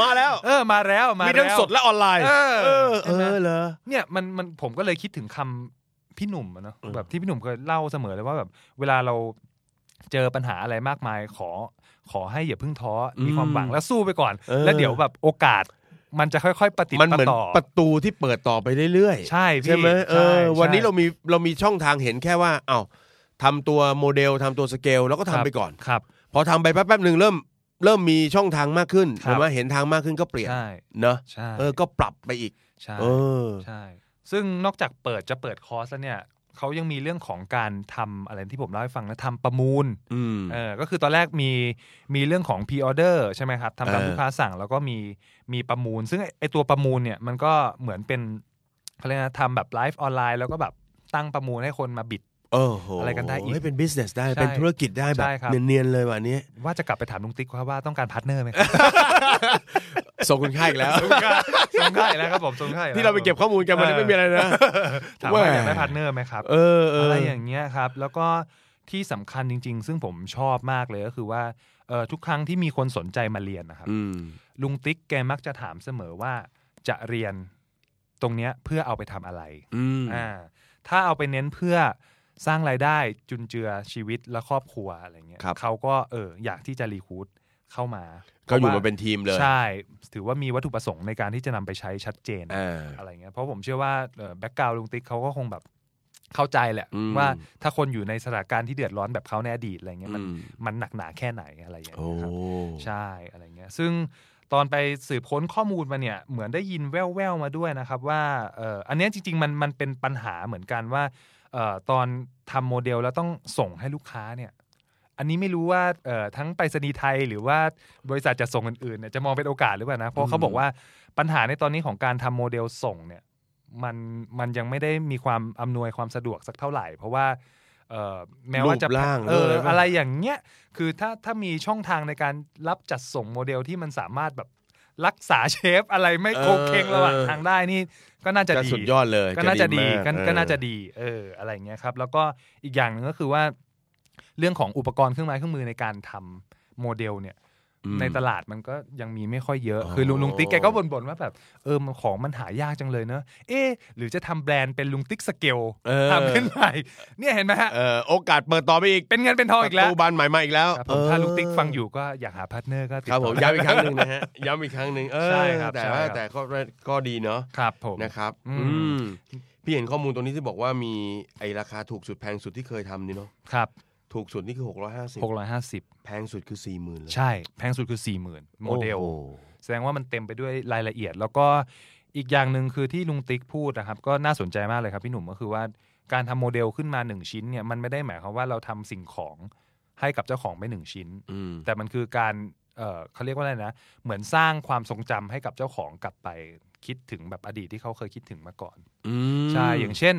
Speaker 3: มาแล้ว
Speaker 2: เออมาแล้วมา
Speaker 3: มี
Speaker 2: แล้ว
Speaker 3: ทั้งสดและออนไลน์
Speaker 2: เออ
Speaker 3: เออ
Speaker 2: ใช่
Speaker 3: เอ
Speaker 2: ไหม
Speaker 3: อเหรอ
Speaker 2: เนี่ยมันมันผมก็เลยคิดถึงคำพี่หนุ่มอะเนาะ
Speaker 3: เออ
Speaker 2: แบบที่พี่หนุ่มเคยเล่าเสมอเลยว่าแบบเวลาเราเจอปัญหาอะไรมากมายขอ ขอให้อย่าเพิ่งท้อมีความหวังแล้วสู้ไปก่อน แล้วเดี๋ยวแบบโอกาส มันจะค่อยๆปฏิด
Speaker 3: มันเห
Speaker 2: ปะ
Speaker 3: มือน
Speaker 2: ต่อ
Speaker 3: ประตูที่เปิดต่อไปเรื่อยๆ
Speaker 2: ใช่พี่
Speaker 3: ใช่ไหมเอ
Speaker 2: ใช่
Speaker 3: อ
Speaker 2: ใช่
Speaker 3: วันนี้เรามีเรามีช่องทางเห็นแค่ว่า เอ้าทำตัวโมเดลทำตัวสเกลแล้วก็ทำ
Speaker 2: รับ
Speaker 3: ไปก่อน
Speaker 2: ครับ
Speaker 3: พอทำไปแป๊บๆหนึ่งเริ่ม เริ่มมีช่องทางมากขึ้น
Speaker 2: ครับ
Speaker 3: เห็นไหมเห็นทางมากขึ้นก็เปลี่ยน
Speaker 2: ใช่
Speaker 3: เนอะ
Speaker 2: ใช่
Speaker 3: เออก็ปรับไปอีก
Speaker 2: ใช่
Speaker 3: เออ
Speaker 2: ใช่ซึ่งนอกจากเปิดจะเปิดคอร์สแล้วเนี่ยเขายังมีเรื่องของการทำอะไรที่ผมเล่าให้ฟังนะทำประมูล
Speaker 3: อืม
Speaker 2: เออก็คือตอนแรกมีมีเรื่องของ p ีออเดอร์ใช่ไหมครับทำตาม
Speaker 3: เออ
Speaker 2: ลูกค้าสั่งแล้วก็มีมีประมูล ซึ่งไอไอตัวประมูลเนี่ยมันก็เหมือนเป็นเขาเรียกนะทำแบบไลฟ์ออนไลน์แล้วก็แบบตั้งประมูลให้คนมาบิด
Speaker 3: โอ้โห
Speaker 2: อะไรกันได้อีก
Speaker 3: เฮ้ยเป็น business ได้
Speaker 2: ใช่
Speaker 3: เป็นธุรกิจได้แบบ
Speaker 2: ใช่ครับ
Speaker 3: เนียนๆเลยวันนี้
Speaker 2: ว่าจะกลับไปถามลุงติ๊กครับว่าต้องการพาร์ทเนอร์ไหมครับ
Speaker 3: ส่งคุณค่าอีกแล้ว
Speaker 2: สงค่าสงค่ายแล้วครับผมสงค่ายแล้ว
Speaker 3: ที่เราไปเก็บข้อมูลกันมันไม่มีอะไรนะ
Speaker 2: ถามว่า
Speaker 3: แหว่
Speaker 2: อยากได้พาร์ทเนอร์ไหมครับ
Speaker 3: เออเออ
Speaker 2: อะไร
Speaker 3: อ
Speaker 2: อย่างเงี้ยครับ แล้วก็ที่สำคัญจริง ๆ ซึ่งผมชอบมากเลยก็คือว่าเอ่อทุกครั้งที่มีคนสนใจมาเรียนนะครับ
Speaker 3: อืม
Speaker 2: ลุงติ๊กแกมักจะถามเสมอว่าจะเรียนตรงเนี้ยเพื่อเอาไปทำอะไร
Speaker 3: อืม
Speaker 2: อ่าถ้าเอาไปเน้นเพื่อสร้างรายได้จุนเจือชีวิตและครอบครัวอะไรเงี้ยเขาก็เอออยากที่จะรีคูดเข้ามา
Speaker 3: ก็อยู่
Speaker 2: พ
Speaker 3: มา
Speaker 2: ระว่
Speaker 3: เป็นทีมเลย
Speaker 2: ใช่ถือว่ามีวัตถุประสงค์ในการที่จะนำไปใช้ชัดเจน
Speaker 3: อ่า
Speaker 2: อะไรเงี้ยเพราะผมเชื่อว่าแบ็กกราวลุงติ๊กเขาก็คงแบบเข้าใจแหละ
Speaker 3: อืม
Speaker 2: ว่าถ้าคนอยู่ในสถานการณ์ที่เดือดร้อนแบบเขาในอดีตอะไรเงี้ยมัน
Speaker 3: อืม
Speaker 2: มันหนักหนาแค่ไหนอะไรอย่างเงี้ยค
Speaker 3: โอ้
Speaker 2: รับ ใช่อะไรเงี้ยซึ่งตอนไปสืบค้นข้อมูลมาเนี่ยเหมือนได้ยินแว่วๆมาด้วยนะครับว่าเอ่ออันเนี้ยจริงๆมันมันเป็นปัญหาเหมือนกันว่าเอ่อตอนทำโมเดลแล้วต้องส่งให้ลูกค้าเนี่ยอันนี้ไม่รู้ว่าเอ่อทั้งไปรษณีย์ไทยหรือว่าบริษัทจะส่งอื่นๆเนี่ยจะมองเป็นโอกาสหรือเปล่านะเพราะเขาบอกว่าปัญหาในตอนนี้ของการทำโมเดลส่งเนี่ยมันมันยังไม่ได้มีความอำนวยความสะดวกสักเท่าไหร่ เพราะว่าเอ่อแม้ว่าจะ
Speaker 3: รูปร่าง
Speaker 2: เออ
Speaker 3: ด้วย
Speaker 2: อะไรอย่างเงี้ยคือถ้าถ้ามีช่องทางในการรับจัดส่งโมเดลที่มันสามารถแบบรักษาเชฟอะไรไม่โคงเคง
Speaker 3: เออเออ
Speaker 2: ระหว่างทางได้นี่ก็น่าจะ
Speaker 3: ก็
Speaker 2: ดี
Speaker 3: สุดยอดเลย
Speaker 2: ก็น่าจะดี
Speaker 3: ม
Speaker 2: ก็
Speaker 3: เออ
Speaker 2: ก็น่าจะดีเอออะไรอย่างเงี้ยครับ แล้วก็อีกอย่างหนึ่งก็คือว่า เรื่องของอุปกรณ์เครื่องไม้เครื่องมือในการทำโมเดลเนี่ย
Speaker 3: อืม
Speaker 2: ในตลาดมันก็ยังมีไม่ค่อยเยอะ
Speaker 3: อ๋อ
Speaker 2: คือลุงลุงติ๊กแกก็บ่นๆว่าแบบเออมันของมันหายากจังเลยเนอะเอ๊ะหรือจะทำแบรนด์เป็นลุงติ๊กสเกล
Speaker 3: เออ
Speaker 2: ทำขึ้นใหม่เนี่ยเห็นไหมฮะ
Speaker 3: เออโอกาสเปิดต่อไปอีก
Speaker 2: เป็นเงินเป็นทองอีกแล้ว
Speaker 3: ประตูบานใหม่มาอีกแล้ว
Speaker 2: ครับผม
Speaker 3: เออ
Speaker 2: ถ้าลุงติ๊กฟังอยู่ก็อยากหาพาร์ทเนอร์ก็ติด
Speaker 3: ครับผ
Speaker 2: ต่อ
Speaker 3: มย้ำอีกครั้งหนึ่งนะ
Speaker 2: [LAUGHS]
Speaker 3: ฮะย้ำอีกครั้งหนึ่งเออ
Speaker 2: ใช่ครับ
Speaker 3: แต่
Speaker 2: ใช่
Speaker 3: ว่า
Speaker 2: ครับ
Speaker 3: แต่ก็ก็ดีเนาะ
Speaker 2: ครับผม
Speaker 3: นะครับ
Speaker 2: อืม
Speaker 3: อืมพี่เห็นข้อมูลตรงนี้ที่บอกว่ามีไอราคาถูกสุดแพงสุดที่เคยทำนี่เนาะ
Speaker 2: ครับ
Speaker 3: ถูกสุดนี่คือ 650
Speaker 2: 650
Speaker 3: แพงสุดคือ 40,000เลย
Speaker 2: ใช่ แพงสุดคือ 40,000 โมเดล
Speaker 3: โอ้โห
Speaker 2: แสดงว่ามันเต็มไปด้วยรายละเอียด แล้วก็อีกอย่างหนึ่งคือที่ลุงติ๊กพูดนะครับ ก็น่าสนใจมากเลยครับพี่หนุ่มก็คือว่าการทำโมเดลขึ้นมา 1 ชิ้นเนี่ยมันไม่ได้หมายความว่าเราทำสิ่งของให้กับเจ้าของไปหนึ่งชิ้น
Speaker 3: อืม
Speaker 2: แต่มันคือการเอ่อเขาเรียกว่าอะไรนะ เหมือนสร้างความทรงจำให้กับเจ้าของกลับไปคิดถึงแบบอดีตที่เขาเคยคิดถึงมาก่อน
Speaker 3: อืม
Speaker 2: ใช่ อย่างเช่น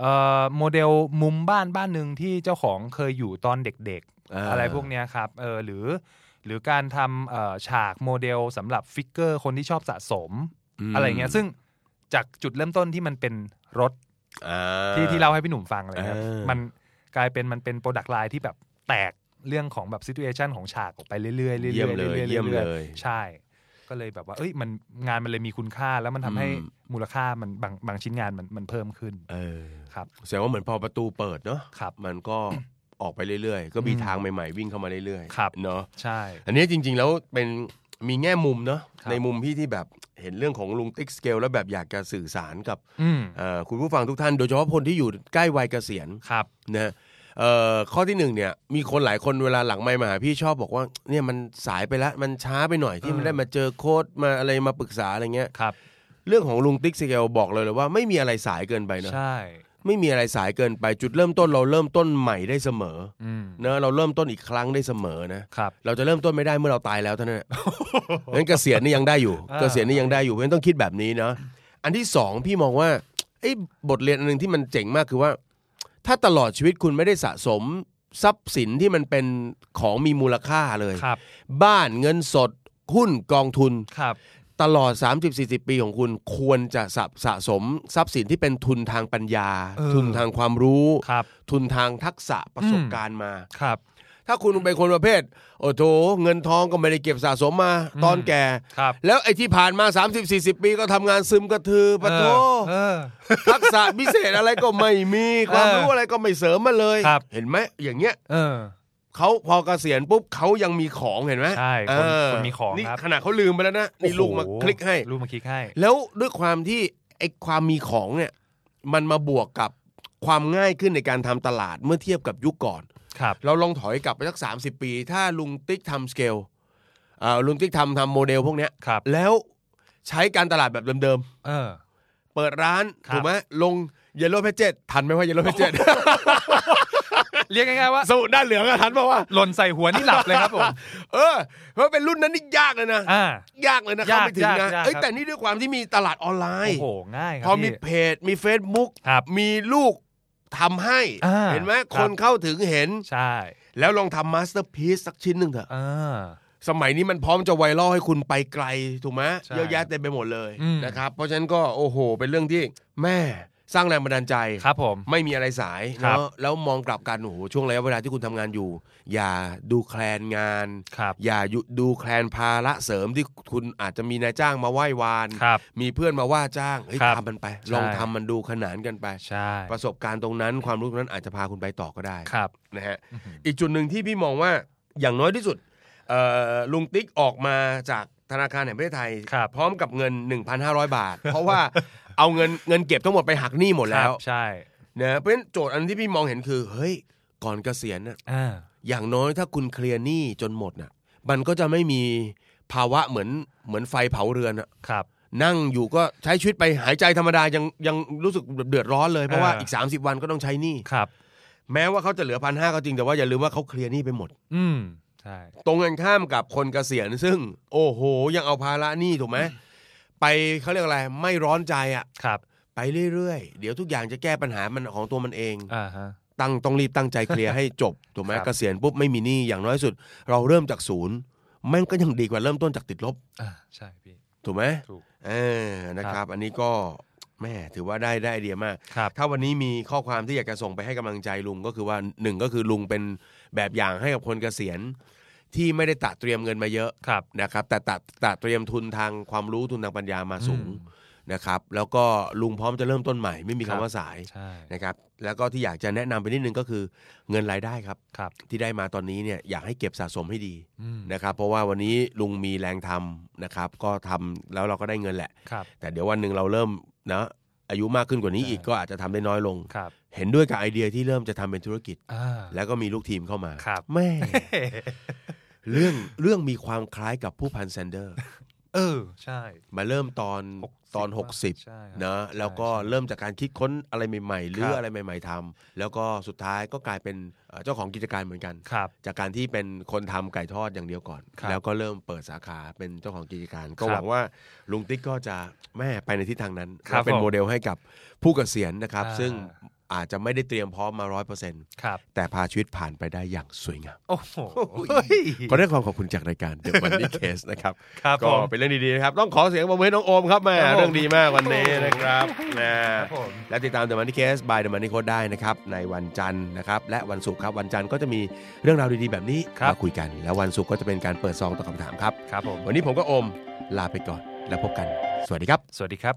Speaker 2: เอ่อโมเดลมุมบ้านบ้านหนึ่งที่เจ้าของเคยอยู่ตอนเด็ก
Speaker 3: า
Speaker 2: ๆ อะไรพวกเนี้ยครับเออหรือ หรือการทำเอ่อฉากโมเดลสำหรับฟิกเกอร์คนที่ชอบสะสม
Speaker 3: ม
Speaker 2: อะไรเงี้ยซึ่งจากจุดเริ่มต้นที่มันเป็นรถ
Speaker 3: อ่า
Speaker 2: ที่ที่เราให้พี่หนุ่มฟังอะไรเงี้ย
Speaker 3: เออ
Speaker 2: มันกลายเป็นมันเป็นโปรดักต์ไลน์ที่แบบแตกเรื่องของแบบซิทูเอชันของฉากออกไปเรื่อยๆเรื่อยๆ
Speaker 3: เยี่ยมเลย
Speaker 2: รื่อๆ
Speaker 3: เยี่ยม
Speaker 2: รื่
Speaker 3: เล
Speaker 2: อๆ
Speaker 3: ย
Speaker 2: ใช่ ก็เลยแบบว่า เอ้ย มันงานมันเลยมีคุณค่า แล้วมันทำให้
Speaker 3: อืม
Speaker 2: มูลค่ามันบางบางชิ้นงานมันมันเพิ่มขึ้น
Speaker 3: เออ
Speaker 2: ครับ
Speaker 3: แสดงว่าเหมือนพอประตูเปิดเนาะ
Speaker 2: ครับ
Speaker 3: มันก็ออกไปเรื่อยๆ ก็มี
Speaker 2: อืม
Speaker 3: ทางใหม่ๆ วิ่งเข้ามาเรื่อย
Speaker 2: ครับ
Speaker 3: เนาะ
Speaker 2: ใช่
Speaker 3: อันนี้จริงๆแล้วเป็นมีแง่มุมเนาะ
Speaker 2: ครับ
Speaker 3: ในมุมพี่ที่แบบเห็นเรื่องของลุงติ๊กสเกลแล้วแบบอยากจะสื่อสารกับ
Speaker 2: อืม
Speaker 3: เอ่อคุณผู้ฟังทุกท่าน โดยเฉพาะคนที่อยู่ใกล้วัยเกษียณ
Speaker 2: ครับ
Speaker 3: นะ เอ่อข้อที่หนึ่งเนี่ยมีคนหลายคนเวลาหลังไม่มาหาพี่ชอบบอกว่าเนี่ยมันสายไปละมันช้าไปหน่อยที่มันได้มาเจอโค้ดมาอะไรมาปรึกษาอะไรเงี้ย
Speaker 2: ครับ
Speaker 3: เรื่องของลุงติ๊กสเกลบอกเลยเลยว่าไม่มีอะไรสายเกินไปเนอะ
Speaker 2: ใช่
Speaker 3: ไม่มีอะไรสายเกินไปจุดเริ่มต้นเราเริ่มต้นใหม่ได้เสมอ
Speaker 2: อืม
Speaker 3: เนอะเราเริ่มต้นอีกครั้งได้เสมอนะ
Speaker 2: ครับ
Speaker 3: เราจะเริ่มต้นไม่ได้เมื่อเราตายแล้ว
Speaker 2: [LAUGHS]
Speaker 3: เท่านั้นแหละ งั้นเกษียณนี่ยังได้อยู่
Speaker 2: อ่า
Speaker 3: เกษียณนี่ยังได้อยู่เพราะฉะนั้นต้องคิดแบบนี้เนาะ อันที่สองพี่มองว่าไอ้บทเรียนอันหนึ่งที่มันเจ๋งมากคือว่า ถ้าตลอดชีวิตคุณไม่ได้สะสมทรัพย์สินที่มันเป็นของมีมูลค่าเลย
Speaker 2: ครับ
Speaker 3: บ้านเงินสดหุ้นกองทุน
Speaker 2: ครับ
Speaker 3: ตลอด 30-40 ปีของคุณควรจะสะสะสมทรัพย์สินที่เป็นทุนทางปัญญา ทุนทางความรู้
Speaker 2: ครับ
Speaker 3: ทุนทางทักษะประสบการณ์มา
Speaker 2: ครับ
Speaker 3: ถ้าคุณเป็นคนประเภท โอ้โถเงินทองก็ไม่ได้เก็บสะสมมา ตอนแก่
Speaker 2: ครับ
Speaker 3: แล้วไอ้ที่ผ่านมา 30-40 ปีก็ทำงานซึมกระทือปะโถ
Speaker 2: เออ
Speaker 3: ทักษะพิเศษอะไรก็ไม่มีความรู้อะไรก็ไม่เสริมมาเลย
Speaker 2: ครับ
Speaker 3: เห็นไหมอย่างเงี้ย
Speaker 2: เออ
Speaker 3: เขาพอเกษียณปุ๊บเขายังมีของเห็นไหม
Speaker 2: ใช่
Speaker 3: เอ
Speaker 2: คนค
Speaker 3: อ
Speaker 2: นมีของ
Speaker 3: นี่
Speaker 2: ครับ
Speaker 3: ขนาดเขาลืมไปแล้วนะนี่ลูกมา
Speaker 2: โอ้โ
Speaker 3: คลิกให้
Speaker 2: ลูกมาคลิกให้
Speaker 3: แล้วด้วยความที่ไอ้ความมีของเนี่ยมันมาบวกกับความง่ายขึ้นในการทำตลาดเมื่อเทียบกับยุคก่อน
Speaker 2: ครับ
Speaker 3: เราลองถอยกลับไปสัก 30 ปี ถ้าลุงติ๊กทำสเกลอ่าลุงติ๊กทำทำโมเดลพวกเนี้ย
Speaker 2: ครับ
Speaker 3: แล้วใช้การตลาดแบบเดิม
Speaker 2: เออ
Speaker 3: ๆ เปิดร้าน
Speaker 2: ครับ
Speaker 3: ถูกไหมลงเยลโล่เพจเจทันไหมว่าเยลโล่เพจเจ
Speaker 2: เรียกง่ายๆว่า
Speaker 3: [LAUGHS] สมุดด้านเหลืองอะทันป่าว่า
Speaker 2: หล่นใส่หัวนี่หลับเลยครับผม
Speaker 3: เออเพราะเป็นรุ่นนั้นนี่ยากเลยนะ
Speaker 2: อ่า
Speaker 3: ยากเลยนะเข้าไปถึง
Speaker 2: ยา
Speaker 3: นะ
Speaker 2: กยาก
Speaker 3: เอ้ย
Speaker 2: ครับ
Speaker 3: แต่นี่ด้วยความที่มีตลาดออนไล
Speaker 2: โอ้
Speaker 3: น์
Speaker 2: โหง่ายครั
Speaker 3: พอมี
Speaker 2: พี่
Speaker 3: เพจมี Facebook
Speaker 2: ครับ
Speaker 3: มีลูกทำให้
Speaker 2: อ่า
Speaker 3: เห็นไหม
Speaker 2: ครับ
Speaker 3: คนเข้าถึงเห็น
Speaker 2: ใช่
Speaker 3: แล้วลองทำมาสเตอร์พีซสักชิ้นหนึ่งเถอะ
Speaker 2: อ่า
Speaker 3: สมัยนี้มันพร้อมจะไวรัลให้คุณไปไกลถูกไหม
Speaker 2: ใช่
Speaker 3: เยอะแยะเต็มไปหมดเลย
Speaker 2: อืม
Speaker 3: นะครับ เพราะฉะนั้นก็โอ้โห เป็นเรื่องที่แม่สร้างแรงบันดาลใจ
Speaker 2: ครับผม
Speaker 3: ไม่มีอะไรสาย
Speaker 2: ครับ
Speaker 3: เนาะแล้วมองกลับกันโอ้โหช่วงระยะเวลาที่คุณทำงานอยู่ อย่าดูแคลนงาน
Speaker 2: ครับ
Speaker 3: อย่ายุดูแคลนภาระเสริมที่คุณอาจจะมีนายจ้างมาไหว้วาน
Speaker 2: ครับ
Speaker 3: มีเพื่อนมาว่าจ้างเฮ้ย
Speaker 2: ครับ
Speaker 3: ทำมันไป
Speaker 2: ใช่
Speaker 3: ลองทำมันดูขนานกันไป
Speaker 2: ใช่
Speaker 3: ประสบการณ์ตรงนั้นความรู้ตรงนั้นอาจจะพาคุณไปต่อก็ได้
Speaker 2: ครับ
Speaker 3: นะฮะอีกจุดหนึ่งที่พี่มองว่าอย่างน้อยที่สุดเอ่อลุงติ๊กออกมาจากธนาคารแห่งประเทศไทย
Speaker 2: ครับ
Speaker 3: พร้อมกับเงิน 1,500 บาท เพราะว่าเอาเงิน [LAUGHS] เงินเก็บทั้งหมดไปหักหนี้หมดแล้ว
Speaker 2: ครับใช่
Speaker 3: นะเพราะฉะนั้นโจทย์อันที่พี่มองเห็นคือ เฮ้ย ก่อนเกษียณน่ะ
Speaker 2: อ่า
Speaker 3: อย่างน้อยถ้าคุณเคลียร์หนี้จนหมดน่ะมันก็จะไม่มีภาวะเหมือนเหมือนไฟเผาเรือนน่ะ
Speaker 2: ครับ
Speaker 3: นั่งอยู่ก็ใช้ชีวิตไปหายใจธรรมดายังยังรู้สึกเดือดร้อนเลยเพราะว่า
Speaker 2: อ่า
Speaker 3: อีก 30 วันก็ต้องใช้หนี้
Speaker 2: ครับ
Speaker 3: แม้ว่าเขาจะเหลือพันห้าก็จริงแต่ว่าอย่าลืมว่าเขาเคลียร์หนี้ไปหมด
Speaker 2: อืม ใช่
Speaker 3: ตรงกันข้ามกับคนเกษียณซึ่ง โอ้โห ยังเอาภาระหนี้ถูกไหมไปเขาเรียกอะไรไม่ร้อนใจอ่ะ
Speaker 2: ครับ
Speaker 3: ไปเรื่อยๆ เดี๋ยวทุกอย่างจะแก้ปัญหามันของตัวมันเอง
Speaker 2: อ่าฮะ
Speaker 3: ตั้งต้องรีบตั้งใจเคลียร์ ให้จบถูกไหม
Speaker 2: ครับ
Speaker 3: เกษียณปุ๊บไม่มีหนี้อย่างน้อยสุด เราเริ่มจากศูนย์แม่งก็ยังดีกว่าเริ่มต้นจากติดลบ
Speaker 2: อ่า ใช่พี่
Speaker 3: ถูกไหม
Speaker 2: ถูก
Speaker 3: เออนะค
Speaker 2: ครั
Speaker 3: รับ
Speaker 2: บ
Speaker 3: อันนี้ก็แม่ถือว่าได้ได้ไอเดียมาก
Speaker 2: ครับ
Speaker 3: ถ้าวันนี้มีข้อความที่อยากจะส่งไปให้กำลังใจลุงก็คือว่าหนึ่งก็คือลุงเป็นแบบอย่างให้กับคนเกษียณที่ไม่ได้ตระเตรียมเงินมาเยอะ
Speaker 2: ครับ
Speaker 3: นะครับแต่ตัดตัดเตรียมทุนทางความรู้ทุนทางปัญญามาสูง
Speaker 2: อืม
Speaker 3: นะครับ แล้วก็ลุงพร้อมจะเริ่มต้นใหม่ไม่มี
Speaker 2: ครับ
Speaker 3: คำว่าสาย
Speaker 2: ใช่
Speaker 3: นะครับ แล้วก็ที่อยากจะแนะนำไปนิดนึงก็คือเงินรายได้ครับ
Speaker 2: ครับ
Speaker 3: ที่ได้มาตอนนี้เนี่ยอยากให้เก็บสะสมให้ดี
Speaker 2: อืม
Speaker 3: นะครับ เพราะว่าวันนี้ลุงมีแรงทำนะครับ ก็ทำแล้วเราก็ได้เงินแหละ
Speaker 2: ครับ
Speaker 3: แต่เดี๋ยววันหนึ่งเราเริ่มนะอายุมากขึ้นกว่านี้
Speaker 2: ใช่
Speaker 3: อีกก็อาจจะทำได้น้อยลง
Speaker 2: ครับ
Speaker 3: เห็นด้วยกับไอเดียที่เริ่มจะทำเป็นธุรกิจ
Speaker 2: อ่า
Speaker 3: แล้วก็มีลูกทีมเข้ามา
Speaker 2: ครับ
Speaker 3: แม่ [LAUGHS] เรื่องเรื่องมีความคล้ายกับผู้พันแซนเดอร์
Speaker 2: เออ ใช่
Speaker 3: มาเริ่มตอน
Speaker 2: 60
Speaker 3: ตอน
Speaker 2: ใช่ครับ
Speaker 3: 60นะแล้วก็เริ่มจากการคิดค้นอะไรใหม่ๆหรือ
Speaker 2: ครับ
Speaker 3: อะไรใหม่ ๆทำแล้วก็สุดท้ายก็กลายเป็นเอ่อเจ้าของกิจการเหมือนกัน
Speaker 2: ครับ
Speaker 3: จากการที่เป็นคนทำไก่ทอดอย่างเดียวก่อน
Speaker 2: ครับ
Speaker 3: แล้วก็เริ่มเปิดสาขาเป็นเจ้าของกิจการ ก็
Speaker 2: ครับ
Speaker 3: หวังว่าลุงติ๊กก็จะแม่ไปในทิศทางนั้น
Speaker 2: ครับ
Speaker 3: และเป็น
Speaker 2: ผม
Speaker 3: โมเดลให้กับผู้เกษียณนะครับ
Speaker 2: อ่า
Speaker 3: ซึ่งอาจจะไม่ได้เตรียมพร้อมมาร้อยเปอร์เซ็นต์
Speaker 2: ครับ
Speaker 3: แต่พาชีวิตผ่านไปได้อย่างสวยงาม
Speaker 2: โอ้โห
Speaker 3: ก็ได้ความขอบคุณจากรายการเด e m วันนี้เคสนะครับ
Speaker 2: ครับผ
Speaker 3: ก็
Speaker 2: ม
Speaker 3: เป็นเรื่องดีๆนะครับ ต้องขอเสียงปรบมือให้น้องโอมครับแม่
Speaker 2: ครับผม
Speaker 3: เรื่องดีมากวันนี้นะครับนะครับ
Speaker 2: ผม
Speaker 3: และติดตาม The Money Case by The Money Code ได้นะครับ ในวันจันทร์นะครับ และวันศุกร์ครับ วันจันทร์ก็จะมีเรื่องราวดีๆแบบนี้
Speaker 2: ครับ
Speaker 3: มาคุยกัน แล้ววันศุกร์ก็จะเป็นการเปิดซองตอบคำถามครับ
Speaker 2: ครับผม
Speaker 3: วันนี้ผมก็โอมลาไปก่อน แล้วพบกัน สวัสดีครับ
Speaker 2: สวัสดีครับ